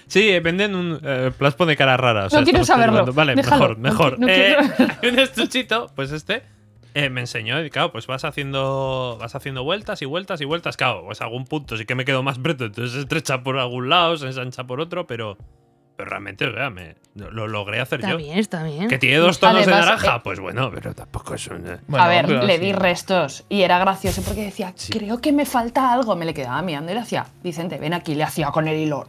Speaker 2: Sí, eh, venden un. Eh, Plas pone cara rara. o sea,
Speaker 5: quiero
Speaker 2: estamos
Speaker 5: saberlo.
Speaker 2: derivando. Vale,
Speaker 5: Déjalo.
Speaker 2: mejor, mejor.
Speaker 5: No qui- no
Speaker 2: Eh,
Speaker 5: quiero
Speaker 2: (laughs) hay un estuchito, pues este. eh, me enseñó, y claro, pues vas haciendo vas haciendo vueltas y vueltas y vueltas. Claro, pues a algún punto sí que me quedo más preto, entonces se estrecha por algún lado, se ensancha por otro, pero, pero realmente, o sea, me, lo, lo logré hacer
Speaker 3: Está
Speaker 2: yo.
Speaker 3: bien, está bien.
Speaker 2: ¿Que tiene dos tonos
Speaker 5: Además,
Speaker 2: de naranja?
Speaker 5: eh,
Speaker 2: pues bueno, pero tampoco es eh, una.
Speaker 5: a ver,
Speaker 4: pero
Speaker 5: le
Speaker 4: así.
Speaker 5: di restos y era gracioso porque decía,
Speaker 2: Sí.
Speaker 5: creo que me falta algo. Me le quedaba mirando y le hacía, Vicente, ven aquí, le hacía con el hilo.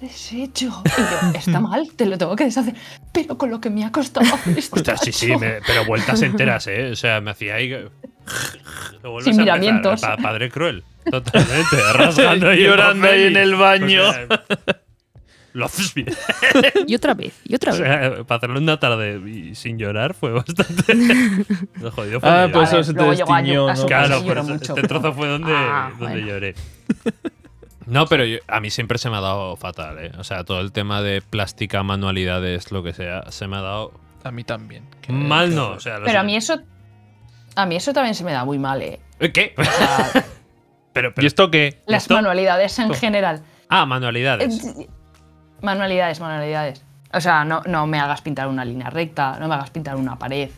Speaker 5: ¿Qué has hecho? Y
Speaker 2: (laughs)
Speaker 5: yo, está mal, te lo tengo que deshacer. Pero con lo que me ha costado. este hacer esto,
Speaker 2: Ostras, sí, sí,
Speaker 5: macho".
Speaker 2: me- pero vueltas enteras, ¿eh? O sea, me hacía ahí. Lo vuelves
Speaker 5: Sin
Speaker 2: a empezar, ¿eh?
Speaker 5: miramientos.
Speaker 2: pa- padre cruel. Totalmente.
Speaker 4: (laughs)
Speaker 2: Rasgando y
Speaker 4: Llorando ahí en el baño.
Speaker 2: lo haces bien.
Speaker 3: Y otra vez, y otra
Speaker 2: O
Speaker 3: vez.
Speaker 2: sea, para hacerlo una tarde y sin llorar fue
Speaker 5: (laughs)
Speaker 2: bastante. Lo jodido fue
Speaker 4: Ah,
Speaker 2: llorar.
Speaker 4: pues
Speaker 5: A ver,
Speaker 4: eso se te
Speaker 5: luego llegó a
Speaker 4: destiñó,
Speaker 5: Yuka,
Speaker 4: ¿no?
Speaker 5: su
Speaker 2: Claro,
Speaker 5: Sí,
Speaker 2: por
Speaker 5: lloro
Speaker 2: eso,
Speaker 5: mucho,
Speaker 2: este
Speaker 5: pero-
Speaker 2: trozo fue donde,
Speaker 3: Ah,
Speaker 2: donde
Speaker 3: bueno.
Speaker 2: lloré. No, pero yo- a mí siempre se me ha dado fatal, ¿eh? O sea, todo el tema de plástica, manualidades, lo que sea, se me ha dado
Speaker 4: A mí también. Que-
Speaker 2: mal,
Speaker 4: que-
Speaker 2: no. O sea, lo
Speaker 5: Pero a
Speaker 2: sé.
Speaker 5: mí eso. A mí eso también se me da muy mal, ¿eh?
Speaker 2: ¿Eh, ¿Qué?
Speaker 5: O sea,
Speaker 2: (laughs) Pero, pero-
Speaker 4: ¿Y esto qué?
Speaker 5: las
Speaker 2: ¿Esto?
Speaker 5: manualidades en general.
Speaker 2: Ah, manualidades.
Speaker 5: Eh, Manualidades, manualidades. O sea, no, no me hagas pintar una línea recta, no me hagas pintar una pared,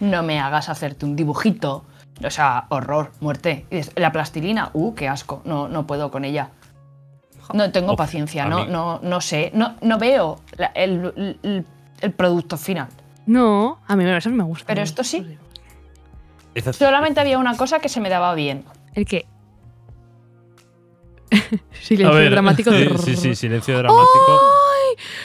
Speaker 5: no me hagas hacerte un dibujito. O sea, horror, muerte. Y es- La plastilina, uh, qué asco, no, no puedo con ella. No tengo
Speaker 2: Uf,
Speaker 5: paciencia,
Speaker 2: a
Speaker 5: no,
Speaker 2: mí-
Speaker 5: no, no sé, no, no veo la- el, el- el producto final.
Speaker 3: No, a mí eso no me gusta.
Speaker 5: Pero
Speaker 3: no.
Speaker 5: esto sí.
Speaker 2: Esa-
Speaker 5: Solamente había una cosa que se me daba bien.
Speaker 3: ¿El qué? (laughs) Silencio
Speaker 4: A ver,
Speaker 3: dramático. ¡Oh!
Speaker 2: Sí, sí, sí, silencio dramático.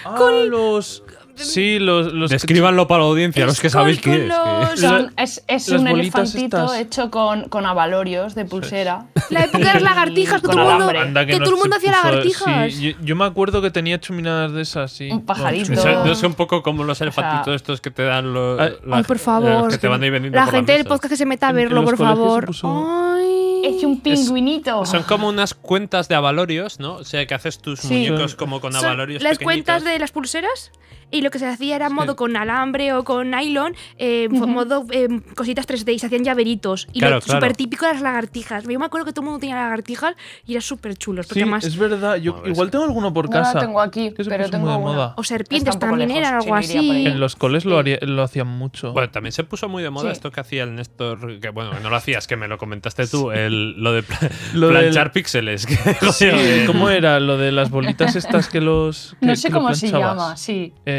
Speaker 4: Ah, los. Sí, los. los
Speaker 2: Descríbanlo para la audiencia, los que
Speaker 3: Skull
Speaker 2: sabéis qué es. que-
Speaker 3: Colors.
Speaker 5: Son- es es
Speaker 4: las
Speaker 5: un
Speaker 4: bolitas
Speaker 5: elefantito
Speaker 4: estas.
Speaker 5: hecho con, con abalorios de pulsera.
Speaker 3: La época de las lagartijas, que
Speaker 5: Con
Speaker 3: todo el mundo,
Speaker 5: alambre.
Speaker 4: Anda
Speaker 3: que todo el
Speaker 4: se
Speaker 3: mundo hacía
Speaker 4: puso-
Speaker 3: lagartijas.
Speaker 4: sí, yo, yo me acuerdo que tenía chuminadas de esas, sí.
Speaker 5: Un pajarito.
Speaker 2: Eso-
Speaker 5: No.
Speaker 2: no es un poco como los elefantitos estos que te dan los.
Speaker 4: Ay,
Speaker 3: Ay, por favor.
Speaker 2: que te van ahí vendiendo
Speaker 3: La
Speaker 2: por las
Speaker 3: gente del
Speaker 2: mesas.
Speaker 3: podcast que se meta a
Speaker 4: En- en
Speaker 3: verlo,
Speaker 4: los
Speaker 3: por
Speaker 4: colegios se
Speaker 3: favor.
Speaker 4: puso-
Speaker 3: Ay.
Speaker 5: He hecho un pingüinito.
Speaker 2: Son como unas cuentas de avalorios, ¿no? O sea, que haces tus
Speaker 5: Sí.
Speaker 2: muñecos como con
Speaker 3: Son
Speaker 2: avalorios
Speaker 3: las
Speaker 2: pequeñitos.
Speaker 3: cuentas de las pulseras y lo que se hacía era modo con alambre o con nylon, eh, fo- modo eh, cositas 3D y se hacían llaveritos. Y
Speaker 2: Claro,
Speaker 3: lo
Speaker 2: claro.
Speaker 3: súper típico de las lagartijas. Yo me acuerdo que todo el mundo tenía lagartijas y era súper chulos. Porque
Speaker 4: Sí,
Speaker 3: además,
Speaker 4: es verdad. Yo
Speaker 1: Madre
Speaker 4: igual
Speaker 1: mía.
Speaker 4: tengo alguno por
Speaker 5: No
Speaker 4: casa.
Speaker 5: la tengo aquí,
Speaker 4: que se
Speaker 5: pero
Speaker 4: puso
Speaker 5: tengo
Speaker 4: muy de
Speaker 5: una.
Speaker 4: moda.
Speaker 3: o serpientes
Speaker 5: Está un poco
Speaker 3: también
Speaker 5: lejos,
Speaker 3: eran
Speaker 5: sí,
Speaker 3: algo
Speaker 5: no
Speaker 3: así.
Speaker 5: iría por ahí.
Speaker 4: En los coles lo, haría- lo hacían mucho.
Speaker 2: Bueno, también se puso muy de moda
Speaker 5: Sí.
Speaker 2: esto que hacía el Néstor, que bueno, no lo hacías, que me lo comentaste tú, el, lo de pla-
Speaker 4: Lo del-
Speaker 2: planchar píxeles. (laughs) que-
Speaker 4: Sí,
Speaker 2: joder,
Speaker 4: ¿Cómo era lo de las bolitas estas que los. que-
Speaker 5: No sé
Speaker 4: que lo
Speaker 5: cómo se
Speaker 4: planchabas?
Speaker 5: llama, sí.
Speaker 4: Eh,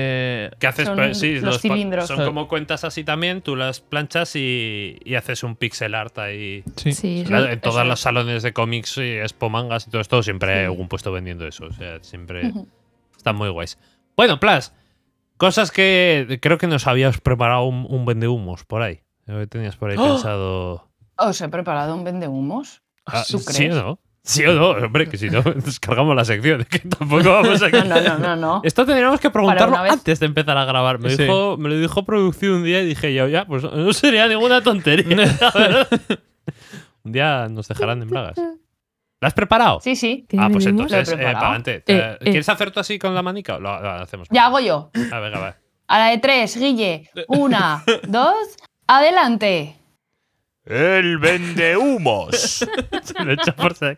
Speaker 2: Que haces,
Speaker 5: Son
Speaker 2: pa- sí,
Speaker 5: los
Speaker 2: pa-
Speaker 5: cilindros.
Speaker 2: Son como cuentas así también, tú las planchas y, y haces un pixel art ahí.
Speaker 4: sí.
Speaker 3: Sí,
Speaker 2: La-
Speaker 5: eso
Speaker 2: en todos
Speaker 5: es.
Speaker 2: los salones de cómics y expo mangas y todo esto, siempre hay algún puesto vendiendo eso. O sea, siempre
Speaker 5: Ujú.
Speaker 2: están muy guays. Bueno, Plas, cosas que creo que nos habías preparado un, un vendehumos por ahí. Creo que Tenías por ahí
Speaker 5: ¡Oh!
Speaker 4: ¡Ah!
Speaker 2: pensado.
Speaker 5: Os he preparado un vendehumos.
Speaker 2: Ah,
Speaker 5: ¿Tú
Speaker 2: ¿Sí
Speaker 5: crees?
Speaker 2: o no? Sí o no, hombre, que si
Speaker 5: (laughs)
Speaker 2: no, descargamos la sección, que tampoco vamos a.
Speaker 5: No, no, no,
Speaker 4: (laughs)
Speaker 5: no. no.
Speaker 2: Esto tendríamos que preguntarlo
Speaker 5: una vez.
Speaker 2: antes de empezar a grabar. Me,
Speaker 4: Sí.
Speaker 2: dijo, me lo dijo producción un día y dije yo, ya,
Speaker 5: (laughs)
Speaker 2: pues (laughs) no sería ninguna tontería. la verdad. (laughs) un día nos dejarán en bragas. ¿La has preparado?
Speaker 5: Sí, sí.
Speaker 2: Ah, pues
Speaker 3: Lo he
Speaker 2: entonces, eh,
Speaker 5: preparado.
Speaker 2: para adelante.
Speaker 3: Eh, eh.
Speaker 2: ¿Quieres hacer tú así con la manica? Lo, lo hacemos.
Speaker 5: Ya hago yo.
Speaker 2: Ah, venga, va.
Speaker 5: A la de tres, Guille.
Speaker 4: (laughs)
Speaker 5: Una, dos, adelante.
Speaker 1: El vende humos.
Speaker 2: Se lo he hecho por si-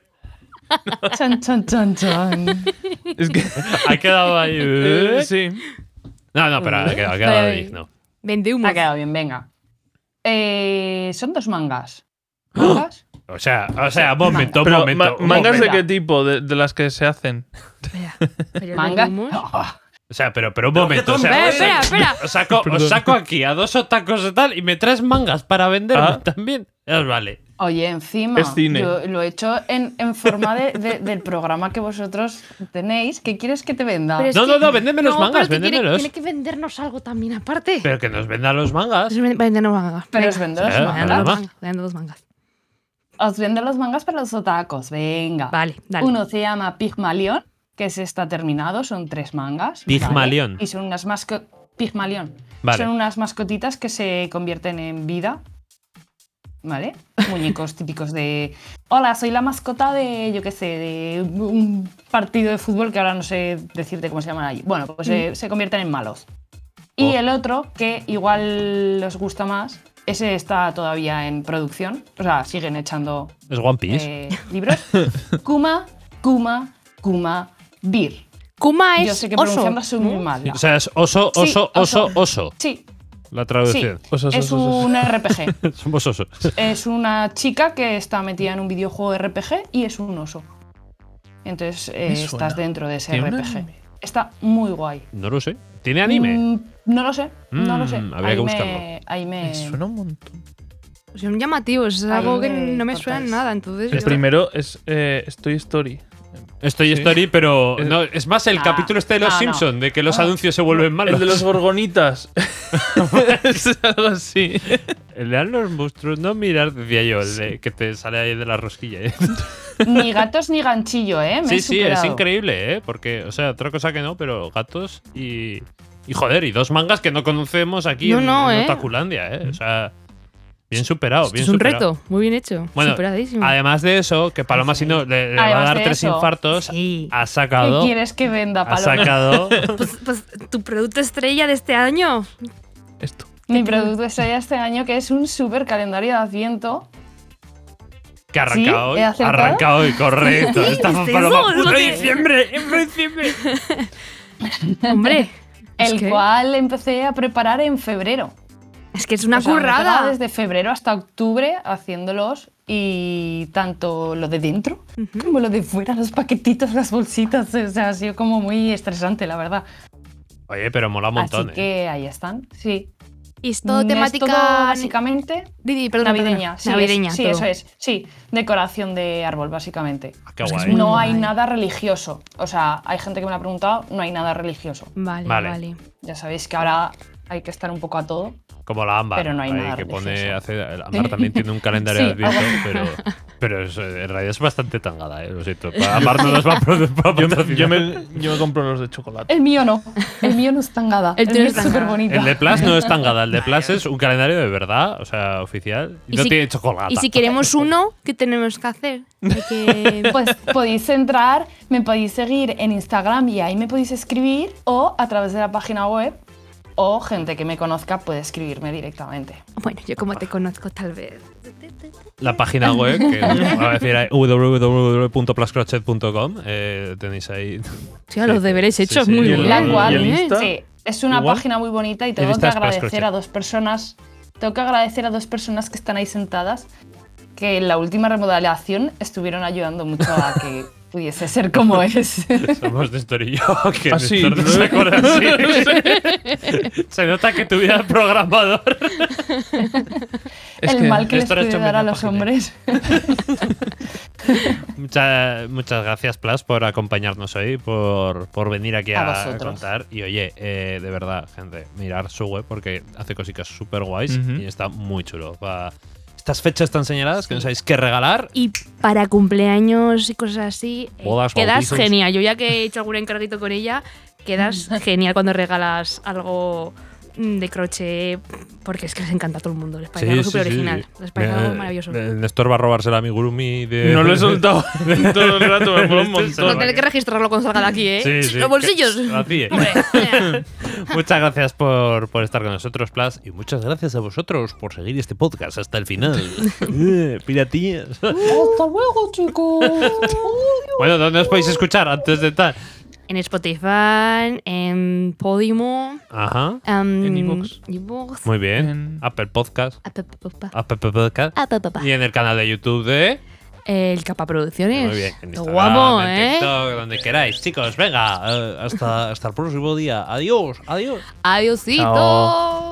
Speaker 5: Chan, chan, chan,
Speaker 3: (laughs)
Speaker 5: chan.
Speaker 4: Es que.
Speaker 2: Ha quedado ahí.
Speaker 4: eh, sí.
Speaker 2: No, no, pero ha quedado, ha quedado
Speaker 5: Ay.
Speaker 2: digno.
Speaker 3: Vende humo.
Speaker 5: Ha quedado bien, venga. Eh, son dos mangas.
Speaker 4: ¡Ah!
Speaker 5: ¿Mangas?
Speaker 2: O sea, o sea, momento,
Speaker 4: Pero,
Speaker 2: momento.
Speaker 4: ma-
Speaker 2: un
Speaker 4: ¿Mangas
Speaker 2: momento.
Speaker 4: de qué tipo? De, de las que se hacen.
Speaker 3: Espera, pero el
Speaker 5: ¿Mangas?
Speaker 3: vendehumos-
Speaker 5: Ah,
Speaker 2: O sea, pero, pero un momento. O sea,
Speaker 3: Espera, espera, espera.
Speaker 2: Os saco, os
Speaker 4: Perdón.
Speaker 2: saco aquí a dos otacos y tal y me traes mangas para venderme
Speaker 4: Ah.
Speaker 2: también. Ya os vale.
Speaker 5: Oye, encima,
Speaker 4: Es cine.
Speaker 5: yo lo he hecho en, en forma de- de- del programa que vosotros tenéis. ¿Qué quieres que te venda?
Speaker 3: Pero es
Speaker 2: No,
Speaker 3: que-
Speaker 2: no, no, véndeme los
Speaker 3: No,
Speaker 2: mangas,
Speaker 3: pero es que tiene-
Speaker 2: véndemelos.
Speaker 3: Tiene que vendernos algo también aparte.
Speaker 2: Pero que nos vendan los mangas.
Speaker 3: Os ven- Vendernos mangas.
Speaker 5: Pero os
Speaker 3: Venga.
Speaker 5: vendo los
Speaker 2: Sí,
Speaker 5: mangas.
Speaker 2: además.
Speaker 3: Vendo dos mangas.
Speaker 5: Os vendo los mangas para los otacos, venga.
Speaker 3: Vale, dale.
Speaker 5: Uno se llama Pigmalión, que se está terminado, son tres mangas. ¿vale?
Speaker 2: Pigmalión.
Speaker 5: Y son unas masco- Pigmalión.
Speaker 2: Vale.
Speaker 5: Son unas mascotitas que se convierten en vida.
Speaker 2: (laughs)
Speaker 5: ¿Vale? Muñecos típicos de. Hola, soy la mascota de, yo qué sé, de un partido de fútbol que ahora no sé decirte cómo se llaman allí. Bueno, pues eh, se convierten en malos. Y
Speaker 2: Mm. Oh.
Speaker 5: el otro, que igual os gusta más, ese está todavía en producción. O sea, siguen echando
Speaker 2: Es One Piece.
Speaker 5: eh, libros. Kuma, Kuma, Kuma, Bir.
Speaker 3: Kuma Ah, es
Speaker 5: Yo sé que
Speaker 3: oso,
Speaker 5: pronunciando soy muy
Speaker 3: ¿no?
Speaker 5: mal.
Speaker 2: O sea, es oso,
Speaker 5: Sí,
Speaker 2: oso, oso,
Speaker 5: oso.
Speaker 2: oso.
Speaker 5: Sí,
Speaker 2: La
Speaker 5: sí.
Speaker 2: traducción. (laughs)
Speaker 4: Oso, oso,
Speaker 5: Es
Speaker 4: oso, oso.
Speaker 5: un RPG.
Speaker 2: Somos osos.
Speaker 5: Es una chica que está metida en un videojuego RPG y es un oso. Entonces eh,
Speaker 4: Me suena.
Speaker 5: estás dentro de ese
Speaker 4: ¿Tiene un
Speaker 5: RPG.
Speaker 4: anime?
Speaker 5: Está muy guay.
Speaker 2: No lo sé. ¿Tiene anime?
Speaker 5: Mm, no lo sé, no lo sé.
Speaker 2: Mm, habría
Speaker 5: ahí
Speaker 2: que
Speaker 5: me,
Speaker 2: buscarlo.
Speaker 5: Ahí me.
Speaker 4: Me suena un montón.
Speaker 3: Son llamativos, es
Speaker 5: Ahí
Speaker 3: algo que
Speaker 5: me
Speaker 3: no me suena en
Speaker 5: cortáis.
Speaker 3: nada, entonces.
Speaker 4: El
Speaker 3: yo-
Speaker 4: primero es eh, Toy Story.
Speaker 2: Estoy
Speaker 4: Sí.
Speaker 2: Story, pero
Speaker 4: Eh,
Speaker 2: no, es más el
Speaker 5: ah,
Speaker 2: capítulo este de los
Speaker 5: ah, no.
Speaker 2: Simpsons, de que los
Speaker 5: Ah.
Speaker 2: anuncios se vuelven malos.
Speaker 4: El de los gorgonitas. es algo así.
Speaker 2: (laughs) El de los monstruos, no mirar, decía yo, el de que te sale ahí de la
Speaker 5: (laughs)
Speaker 2: rosquilla. ¿eh?
Speaker 5: Ni gatos ni ganchillo, ¿eh? Me
Speaker 2: Sí,
Speaker 5: he
Speaker 2: sí, es
Speaker 5: superado.
Speaker 2: increíble, ¿eh? Porque, o sea, otra cosa que no, pero gatos y. Y joder, y dos mangas que no conocemos aquí
Speaker 3: No,
Speaker 2: en,
Speaker 3: no,
Speaker 2: en
Speaker 3: ¿eh?
Speaker 2: Otakulandia, ¿eh? O sea, bien superado,
Speaker 3: Esto
Speaker 2: bien
Speaker 3: es un
Speaker 2: superado.
Speaker 3: reto, muy bien hecho.
Speaker 2: Bueno,
Speaker 3: superadísimo.
Speaker 2: Además de eso, que Paloma, si no, le, le va a
Speaker 5: Ah, Además
Speaker 2: dar
Speaker 5: de
Speaker 2: tres
Speaker 5: eso.
Speaker 2: infartos,
Speaker 3: Sí.
Speaker 2: ha
Speaker 5: ¿Qué
Speaker 2: sacado.
Speaker 5: quieres que venda,
Speaker 2: Ha
Speaker 5: Paloma?
Speaker 2: sacado.
Speaker 3: Pues, pues, tu producto estrella de este año.
Speaker 4: Esto.
Speaker 5: Mi producto estrella este año, que es un super calendario de Adviento.
Speaker 2: Que arranca
Speaker 5: ¿Sí?
Speaker 2: hoy.
Speaker 5: ¿He acertado?
Speaker 2: Arranca hoy,
Speaker 5: (laughs)
Speaker 2: correcto. Está
Speaker 3: ¿Es eso?
Speaker 2: Paloma,
Speaker 3: Es lo
Speaker 2: puto
Speaker 3: que-
Speaker 2: diciembre, en diciembre.
Speaker 3: (laughs) Hombre.
Speaker 5: El
Speaker 3: es que,
Speaker 5: cual empecé a preparar en febrero.
Speaker 3: Es que es una
Speaker 5: O sea, me he pegado
Speaker 3: currada.
Speaker 5: desde febrero hasta octubre haciéndolos y tanto lo de dentro como lo de fuera, los paquetitos, las bolsitas. O sea, ha sido como muy estresante, la verdad.
Speaker 2: Oye, pero mola un montón,
Speaker 5: Así
Speaker 2: ¿eh?
Speaker 5: que ahí están, sí.
Speaker 3: Y es todo
Speaker 5: Es
Speaker 3: temática.
Speaker 5: todo básicamente
Speaker 3: Didi, perdona,
Speaker 5: navideña.
Speaker 3: perdona.
Speaker 5: Sí, es-
Speaker 3: navideña.
Speaker 5: sí,
Speaker 3: todo.
Speaker 5: eso es. Sí, decoración de árbol, básicamente.
Speaker 2: Ah, Qué
Speaker 3: Es que es
Speaker 2: guay.
Speaker 3: muy-
Speaker 5: No hay
Speaker 3: guay.
Speaker 5: nada religioso. O sea, hay gente que me lo ha preguntado, no hay nada religioso.
Speaker 3: Vale,
Speaker 2: Vale.
Speaker 3: vale.
Speaker 5: Ya sabéis que ahora hay que estar un poco a todo.
Speaker 2: Como la ámbar.
Speaker 5: Pero no hay
Speaker 2: ahí,
Speaker 5: nada
Speaker 2: que pone
Speaker 5: religioso.
Speaker 2: hace- la ámbar también tiene un calendario de
Speaker 5: (laughs) Sí,
Speaker 2: adviento, pero,
Speaker 5: (laughs)
Speaker 2: pero es, eh, en realidad es bastante tangada, ¿eh? Lo siento. Para ámbar no nos
Speaker 5: (laughs)
Speaker 2: va a pro- va a
Speaker 4: Yo,
Speaker 2: patrocinar.
Speaker 4: yo me, yo me compro los de chocolate.
Speaker 5: El mío no. El mío no es tangada.
Speaker 3: El
Speaker 5: El,
Speaker 3: tuyo
Speaker 5: mío
Speaker 3: es
Speaker 5: es súper bonito.
Speaker 2: El de Plas no es tangada, el
Speaker 5: (laughs)
Speaker 2: de Plas es un calendario de verdad, o sea, oficial. Y
Speaker 3: Y
Speaker 2: no
Speaker 3: si-
Speaker 2: tiene chocolate.
Speaker 3: Y si queremos uno, ¿qué tenemos que hacer? (laughs) Hay que-
Speaker 5: Pues podéis entrar, me podéis seguir en Instagram y ahí me podéis escribir o a través de la página web o gente que me conozca puede escribirme directamente.
Speaker 3: Bueno, yo como te conozco, tal vez.
Speaker 2: La página web,
Speaker 5: (laughs)
Speaker 2: que va a decir ahí, www.plascrochet.com, eh, tenéis ahí.
Speaker 3: Sí, a los deberes
Speaker 2: Sí,
Speaker 3: hechos,
Speaker 2: sí,
Speaker 3: muy
Speaker 2: y el-
Speaker 3: bien. ¿eh?
Speaker 5: La
Speaker 4: ¿Y
Speaker 5: cual,
Speaker 4: el Insta?
Speaker 5: sí, es una
Speaker 4: Igual.
Speaker 5: página muy bonita y
Speaker 2: El
Speaker 5: tengo que
Speaker 2: Insta es para
Speaker 5: agradecer
Speaker 2: escrochar.
Speaker 5: a dos personas, tengo que agradecer a dos personas que están ahí sentadas que en la última remodelación estuvieron ayudando mucho a que pudiese ser como es.
Speaker 2: (laughs) Somos Néstor y yo. Que
Speaker 4: Ah, sí,
Speaker 2: Néstor no se acuerda,
Speaker 4: (laughs)
Speaker 2: (laughs) sí. Se nota que tuviera el programador.
Speaker 4: Es
Speaker 5: el
Speaker 4: que
Speaker 5: mal que les
Speaker 2: esto lo he hecho
Speaker 5: puede
Speaker 2: en
Speaker 5: dar a
Speaker 2: media
Speaker 5: los
Speaker 2: página.
Speaker 5: hombres.
Speaker 2: Mucha- muchas gracias, Plas, por acompañarnos hoy, por, por venir aquí
Speaker 5: A
Speaker 2: a,
Speaker 5: vosotros.
Speaker 2: contar. Y oye, eh, de verdad, gente, mirar su web porque hace cositas súper guays
Speaker 4: Ujú.
Speaker 2: y está muy chulo. Pa- Estas fechas tan señaladas que no sabéis qué regalar.
Speaker 3: Y para cumpleaños y cosas así, eh,
Speaker 2: Bodas,
Speaker 3: quedas
Speaker 2: bautizos.
Speaker 3: genial. Yo ya que he hecho algún encarguito con ella, (laughs) quedas genial cuando regalas algo mm, de crochet, porque es que les encanta a todo el mundo. Les parece algo súper original. Les parece algo
Speaker 2: Eh,
Speaker 3: maravilloso.
Speaker 2: eh, Néstor va a robársela a mi gurumi (laughs) de.
Speaker 4: No lo he soltado todo el rato, me mola
Speaker 2: Todo va
Speaker 3: No
Speaker 4: un montón.
Speaker 3: tener
Speaker 2: bien.
Speaker 3: que registrarlo cuando salga de aquí, ¿eh?
Speaker 2: Sí, sí,
Speaker 3: Los bolsillos.
Speaker 2: que- así es. (laughs)
Speaker 3: Hombre,
Speaker 2: Muchas gracias por, por estar con nosotros, Plas, y muchas gracias a vosotros por seguir este podcast hasta el final.
Speaker 3: (laughs)
Speaker 2: Eh, Piratías.
Speaker 5: Hasta luego, chicos.
Speaker 2: Bueno, ¿dónde os podéis escuchar antes de tal?
Speaker 3: en Spotify, en Podimo,
Speaker 2: Ajá.
Speaker 3: em,
Speaker 4: En iVoox.
Speaker 3: iVoox,
Speaker 2: Muy Ah. bien.
Speaker 4: En-
Speaker 2: Apple Podcast.
Speaker 3: apa, pa, pa, pa,
Speaker 2: Apple Podcast.
Speaker 3: apa, pa, pa.
Speaker 2: Y en el canal de YouTube de.
Speaker 3: El Capa Producciones.
Speaker 2: Muy bien. En
Speaker 3: Lo
Speaker 2: Instagram,
Speaker 3: guapo,
Speaker 2: en
Speaker 3: ¿eh?
Speaker 2: TikTok, donde queráis. Chicos, venga. eh, hasta, hasta el próximo día. Adiós. Adiós.
Speaker 3: Adiosito.
Speaker 4: Chao.